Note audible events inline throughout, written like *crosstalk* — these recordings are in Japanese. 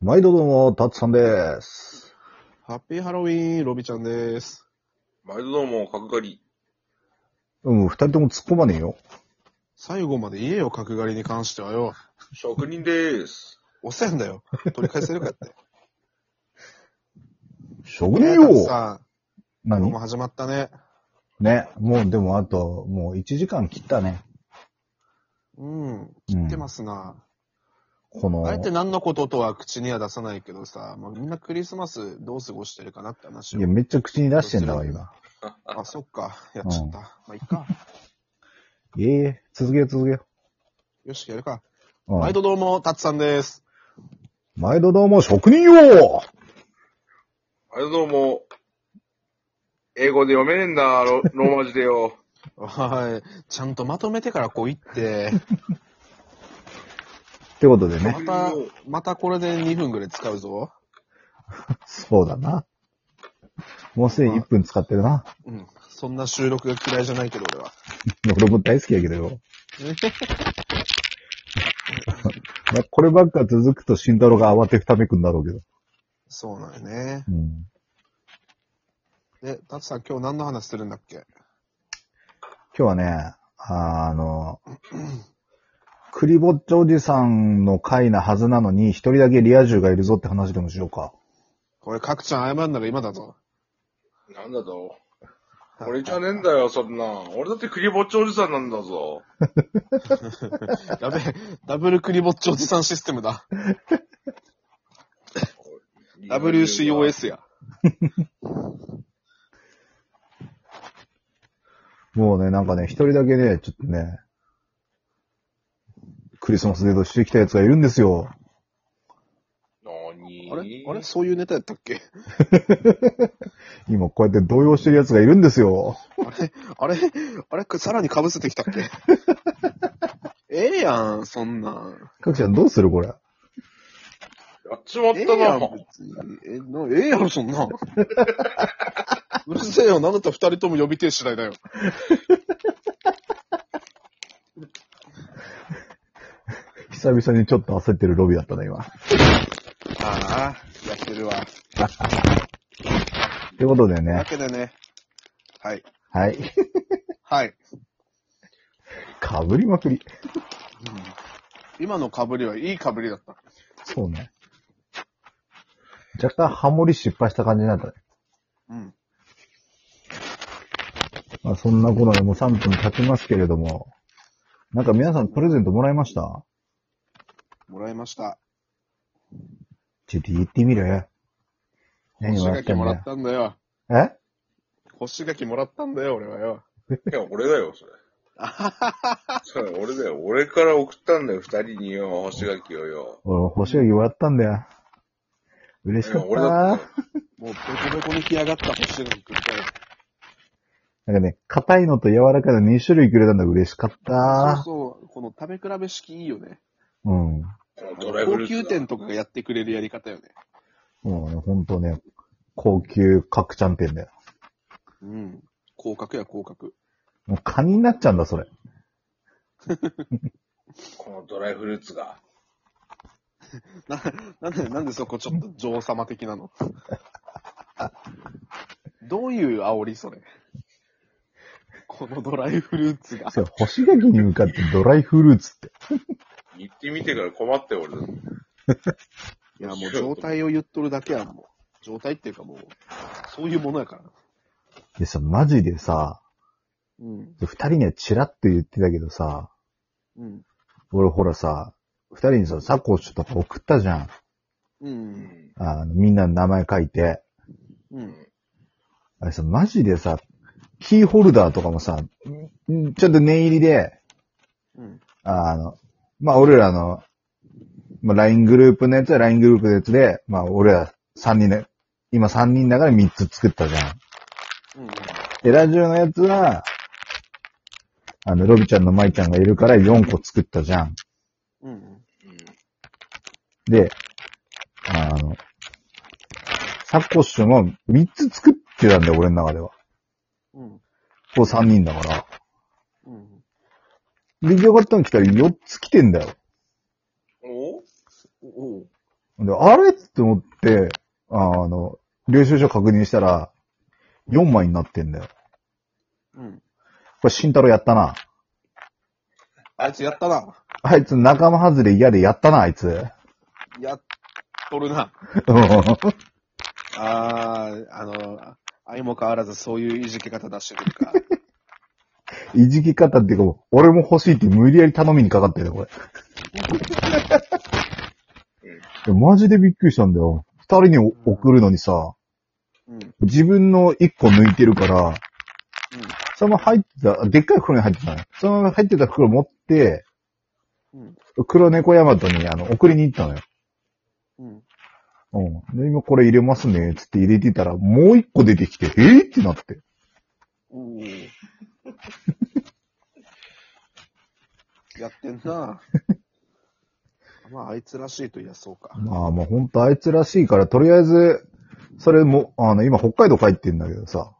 毎度どうも、たつさんです。ハッピーハロウィーン、ロビちゃんです。毎度どうも、角刈り。うん、二人とも突っ込まねえよ。最後まで言えよ、角刈りに関してはよ。職人です。おっさんだよ。取り返せる *laughs* かって。職人ねえよさん、もう何始まったね。ね、もうでもあと、もう1時間切ったね。うん。切言ってますな。このあ、えて何のこととは口には出さないけどさ、まあ、みんなクリスマスどう過ごしてるかなって話いをや、。めっちゃ口に出してんだわ、今。あ、そっか。やっちゃった。まあ、い *laughs* っか。ええ続けよう続けよよし、やるか。う。うん毎度どうも、たつさんです。毎度どうも、職人よ毎度どうも、英語で読めねえんだ、ロ *laughs* ローマ字でよ。はい。ちゃんとまとめてからこう *laughs* 言って、ってことでねま。た、またこれで2分ぐらい使うぞ。そうだな。もうすでに1分使ってるな。うん。そんな収録が嫌いじゃないけど、俺は。俺も大好きやけどよ。まあこればっか続くと慎太郎が慌てふためくんだろうけど。そうなんよね。うん。で、タツさん今日何の話するんだっけ今日はね、あの、クリぼっちおじさんの回なはずなのに、一人だけリア充がいるぞって話でもしようか。これ、角ちゃん謝んなら今だぞ。なんだと俺じゃねえんだよ、そんなん。俺だってクリぼっちおじさんなんだぞ。やべえ、ダブルクリぼっちおじさんシステムだ。WCOS や。もうね、なんかね、一人だけね、ちょっとね、クリスマスデートしてきたやつがいるんですよ。なにあれあれそういうネタやったっけ今こうやって動揺してるやつがいるんですよ。あれあれさらに被せてきたっけええやん、そんなん。かくちゃんどうするこれ。やっちまっええたやな。ん、別に。えなええやろ、そんなん。うるせえよ、なんだったら二人とも呼びてえ次第だよ。久々にちょっと焦ってるロビーだったね、今。ああ、やってるわ。ってことでというわね、けでね。はい。はい。はい。かぶりまくり。今の被りはいい被りだった。そうね。若干ハモリ失敗した感じになったね。うん。まあ、そんな頃でもう3分経ちますけれども、なんか皆さんプレゼントもらいましたもらいました。ちょっと言ってみる何星もらっ書きたんもらだったんだよ。よ。星書きもらったんだよ、俺はよ。いや、俺だよ、 *laughs* それ。それ俺だよ。俺から送ったんだよ、二人によ、干し柿をよえ。俺、星がもらったんだよ。嬉しいかやっ俺ただなって。もうベコベコに来やがった星書きくれたよ。なんかね、硬いのと柔らかいの2種類くれたんだ嬉しかった。そうそう、この食べ比べ式いいよね。うん。ドライブ高ルーツだ級店とかがやってくれるやり方よね。もうね、ほんとね、高級角ちゃん店だよ。うん。広角や広角。もうカニになっちゃうんだ、それ。このドライフルーツが。な、なんで、なんでそこちょっと女王様的なのどういう煽りそれ。このドライフルーツが。それ、星がきに向かってドライフルーツって。言ってみてから困って俺だっていや、もう状態を言っとるだけやん、もう。状態っていうかもう、そういうものやから。でさ、マジでさ、うん。二人にはチラッと言ってたけどさ、うん。俺ほらさ、二人にさ、サコッシュとか送ったじゃん。う。うんん。あの、みんなの名前書いて。うん。あれさ、マジでさ、キーホルダーとかもさ、んちょっと念入りで、うん。あの、まあ、俺らの、まあ、LINE グループのやつは LINE グループのやつで、まあ、俺ら三人ね、今三人だから三つ作ったじゃん。うん。で、ラジオのやつは、あの、ロビちゃんのマイちゃんがいるから四個作ったじゃん。うん。うんで、あの、サコッシュも3つ作ってたんだよ、俺の中では。うん。こう3人だから。うん。出来上がったの来たら4つ来てんだよ。おおおうで、あれって思って、あの、領収書確認したら、4枚になってんだよ。うん。これ、慎太郎やったな。あいつやったな。あいつ仲間外れ嫌でやったな、あいつ。やっとるな。うんあー、あの、相も変わらずそういういじけ方出してくるか。いじき方っていうかもう、俺も欲しいって無理やり頼みにかかってるよ、これ。いやマジでびっくりしたんだよ。二人にお送るのにさ、うん。うん。自分の一個抜いてるから、その入ってた、でっかい袋に入ってたのよ。その入ってた袋持って、うん。黒猫ヤマトにあの送りに行ったのよ。うん。うん。で、今これ入れますね、つって入れてたら、もう一個出てきて、えー、ってなって。おーやってんな。まあ、あいつらしいといやそうか。まあまあほんとあいつらしいから、とりあえず、それも、あの、今北海道帰ってんだけどさ、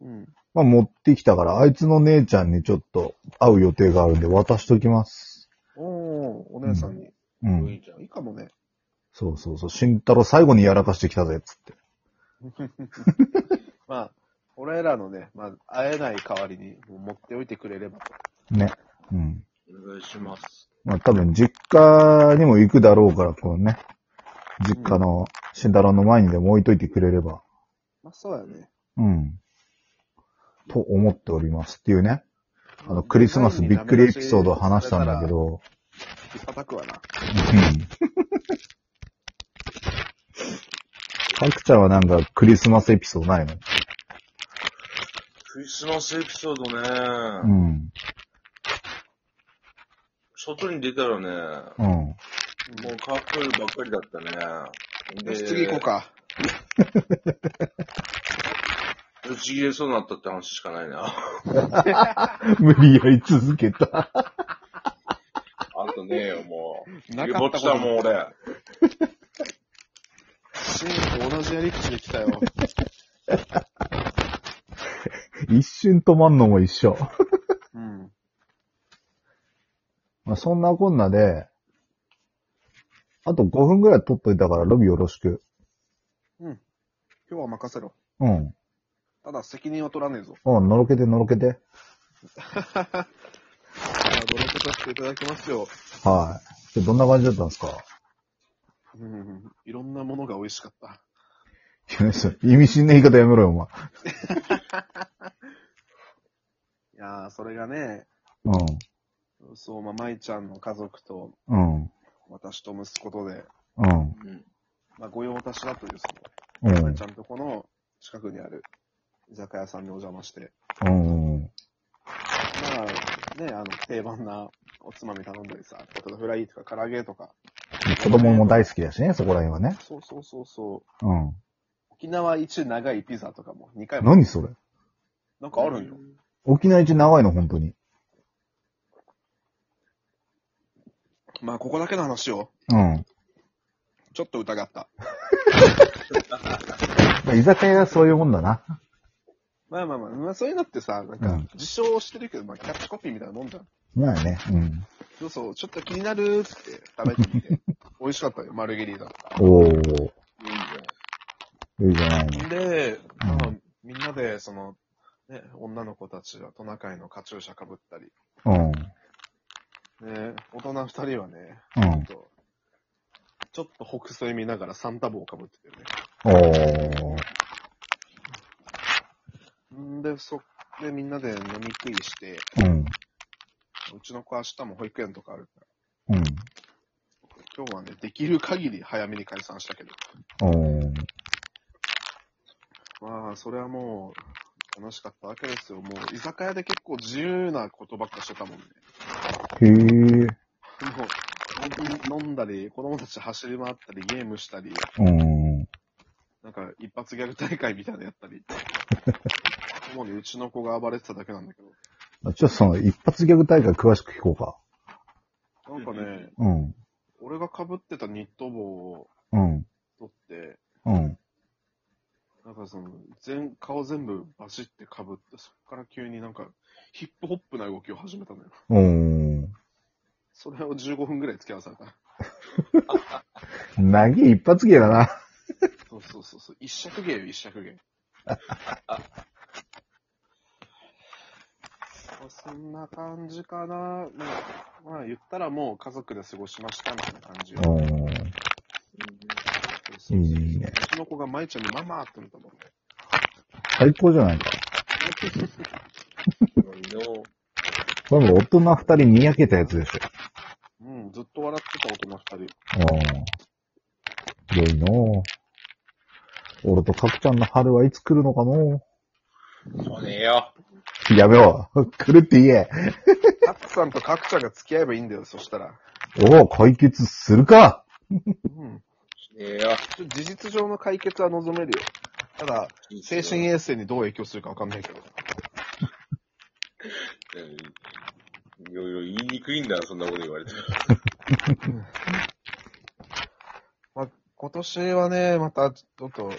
うん。まあ持ってきたから、あいつの姉ちゃんにちょっと会う予定があるんで渡しときます。おお、お姉さんに。うん。いいじゃんいいかもね。そうそうそう。慎太郎最後にやらかしてきたぜ、つって。まあ、俺らのね、まあ、会えない代わりに、もう持っておいてくれれば。ね。うん。お願いします。まあ多分実家にも行くだろうから、このね、実家の慎太郎の前にでも置いといてくれれば、まあ、そうやね。うん。と思っておりますっていうね。あの、クリスマスびっくりエピソードを話したんだけ。ど、叩くわな。うん。パクちゃんはなんかクリスマスエピソードないのクリスマスエピソードね、うん。外に出たらね、うん。もうカップルばっかりだったね。よし、次行こうか。ぶち切れそうになったって話しかないな。無理やり続けた。あとねえよ、もう。な湯かぼったっちことだもん、俺。シーンと同じやり口で来た *laughs* よ。一瞬止まんのも一緒。うん。まあ、そんなこんなで、あと5分ぐらい撮っといたからロビーよろしく。今日は任せろ。うん。ただ、責任を取らねえぞ。うん、のろけてのろけて。じゃあ、努力させていただきますよ。はい。でどんな感じだったんですか *laughs* うん。いろんなものが美味しかった。いやそう意味深な言い方やめろよ、お前。いやー、それがね、そう、まあ、舞ちゃんの家族と、うん。うん。私と息子とで、うん。うん。まあ、御用達だという、そうん。の、舞ちゃんとこの近くにある居酒屋さんにお邪魔して、うん。うん。まあ、ね、あの、定番なおつまみ頼んだりさ、ポテトフライとか唐揚げとか、子供も大好きだしね、そこら辺はね。そうそうそうそう、うん。沖縄一長いピザとかも2回も、何それなんかあるんよ。。沖縄一長いの、本当に。まあ、ここだけの話を、うん。ちょっと疑った。居酒屋はそういうもんだな。まあまあまあ、まあ、そういうのってさ、なんうかん、自称してるけど、まあ、キャッチコピーみたいなもんじゃん。まあね。うん。そうそう、ちょっと気になるって食べて *laughs* みて、美味しかったよ、マルゲリータとか。おー。いいんだよいいじゃないの。で、まあ、みんなで、その、ね、女の子たちはトナカイのカチューシャかぶったり、うん。ね、大人二人はね、うん。ちょっとちょっと北西見ながらサンタ帽をかぶってたよおー。ね。んで、そ、で、みんなで飲み食いして、うん。うちの子明日も保育園とかあるから、うん。今日はね、できる限り早めに解散したけど、おー。まあ、それはもう、楽しかったわけですよ。もう、居酒屋で結構自由なことばっかしてたもんね。へー。もう、本当に飲んだり、子供たち走り回ったり、ゲームしたり、うん。なんか一発ギャグ大会みたいなのやった *laughs* り。主にうちの子が暴れてただけなんだけど。ちょっとその、一発ギャグ大会詳しく聞こうか。なんかね、うん。俺が被ってたニット帽をうん。取って、うん。なんかその、全、顔全部バシって被って、そっから急になんか、ヒップホップな動きを始めたのよ。おー。それを15分ぐらい付き合わされた。投げ一発芸だな。そうそうそうそう。一尺芸よ、一尺芸。まあそんな感じかな。まあ、まあ、言ったらもう家族で過ごしましたみたいな感じよ。おーそうそうそういいねいいねうちの子が舞ちゃんにママって言ったもんね。最高じゃないか。の多分大人二人にやけたやつでしょ。うん、ずっと笑ってた大人二人。うん。良いのう俺とかくちゃんの春はいつ来るのかのそうねえよ。うやめろ。 *laughs* 来るって言え。タックさんとカクちゃんが付き合えばいいんだよ、そしたら。おう、解決するか。うん。しねえよ。ちょ事実上の解決は望めるよ。ただ、精神衛生にどう影響するかわかんないけど。うんいろいろ言いにくいんだ、そんなこと言われて。まあ、今年はね、またちょっと、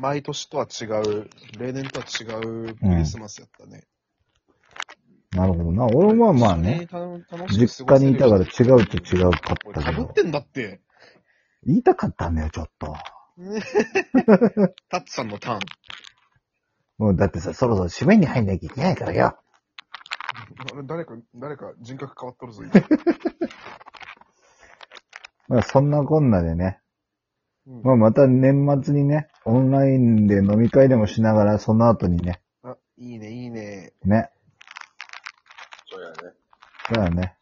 毎年とは違う、例年とは違うクリスマスやったね。なるほどな。俺はまあね、一緒に楽。楽しく過実ご家せるにいたから違うっちゃ違うかおったいけかぶどっ。てんだって。言いたかったんだよ、ちょっと。タッツさんのターン。もうだってさ、そろそろ締めに入んなきゃいけないからよ。あれ誰か、誰か人格変わっ *laughs* とるぞ、まあそんなこんなでね。今まあまた年末にね、オンラインで飲み会でもしながら、その後にね、うんあ、いいね、いいね。ね。そうやね。そうだね。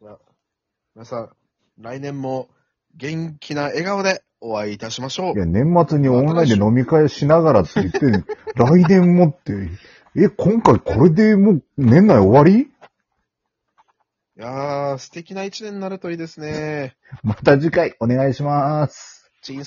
皆さん、来年も元気な笑顔でお会いいたしましょうい。や、年末にオンラインで飲み会しながらって言って、来年もって、え、今回これでもう年内終わりいやー、素敵な一年になるといいですね。また次回お願いします。人